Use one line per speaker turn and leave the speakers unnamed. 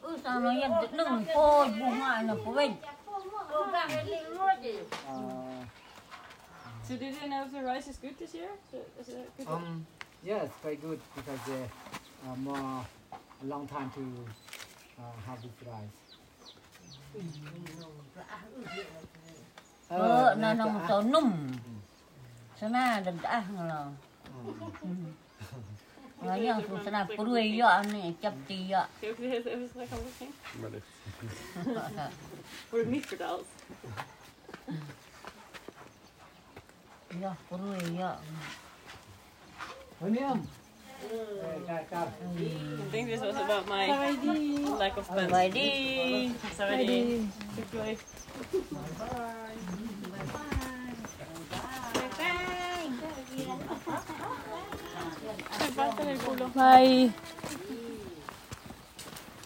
Ừ, sao nó nhận được đừng cô bụng ngoại nó của mình.
Go back and little Roger.
Ah,
So did you know if the rice is good this year? Is it- is it good?
Um, yes, very good because uh, uh, more a long time to uh, have this rice. Oh,
Ờ, nó
nè,
nó
cả-
một số nùm. Sao na đừng đã ăn là. Nó nhớ phụ sao na phụ đuôi dọ này chập tì dọ.
It was, it was like a little thing.
Maar dit-
Wordt niet verteld.
Dọ phụ đuôi dọ.
Hoi, Mirjam. Eh, Kijk daar.
I think this was about my lack of pens.
Vậy đi.
Sorry. Sorry. Bye.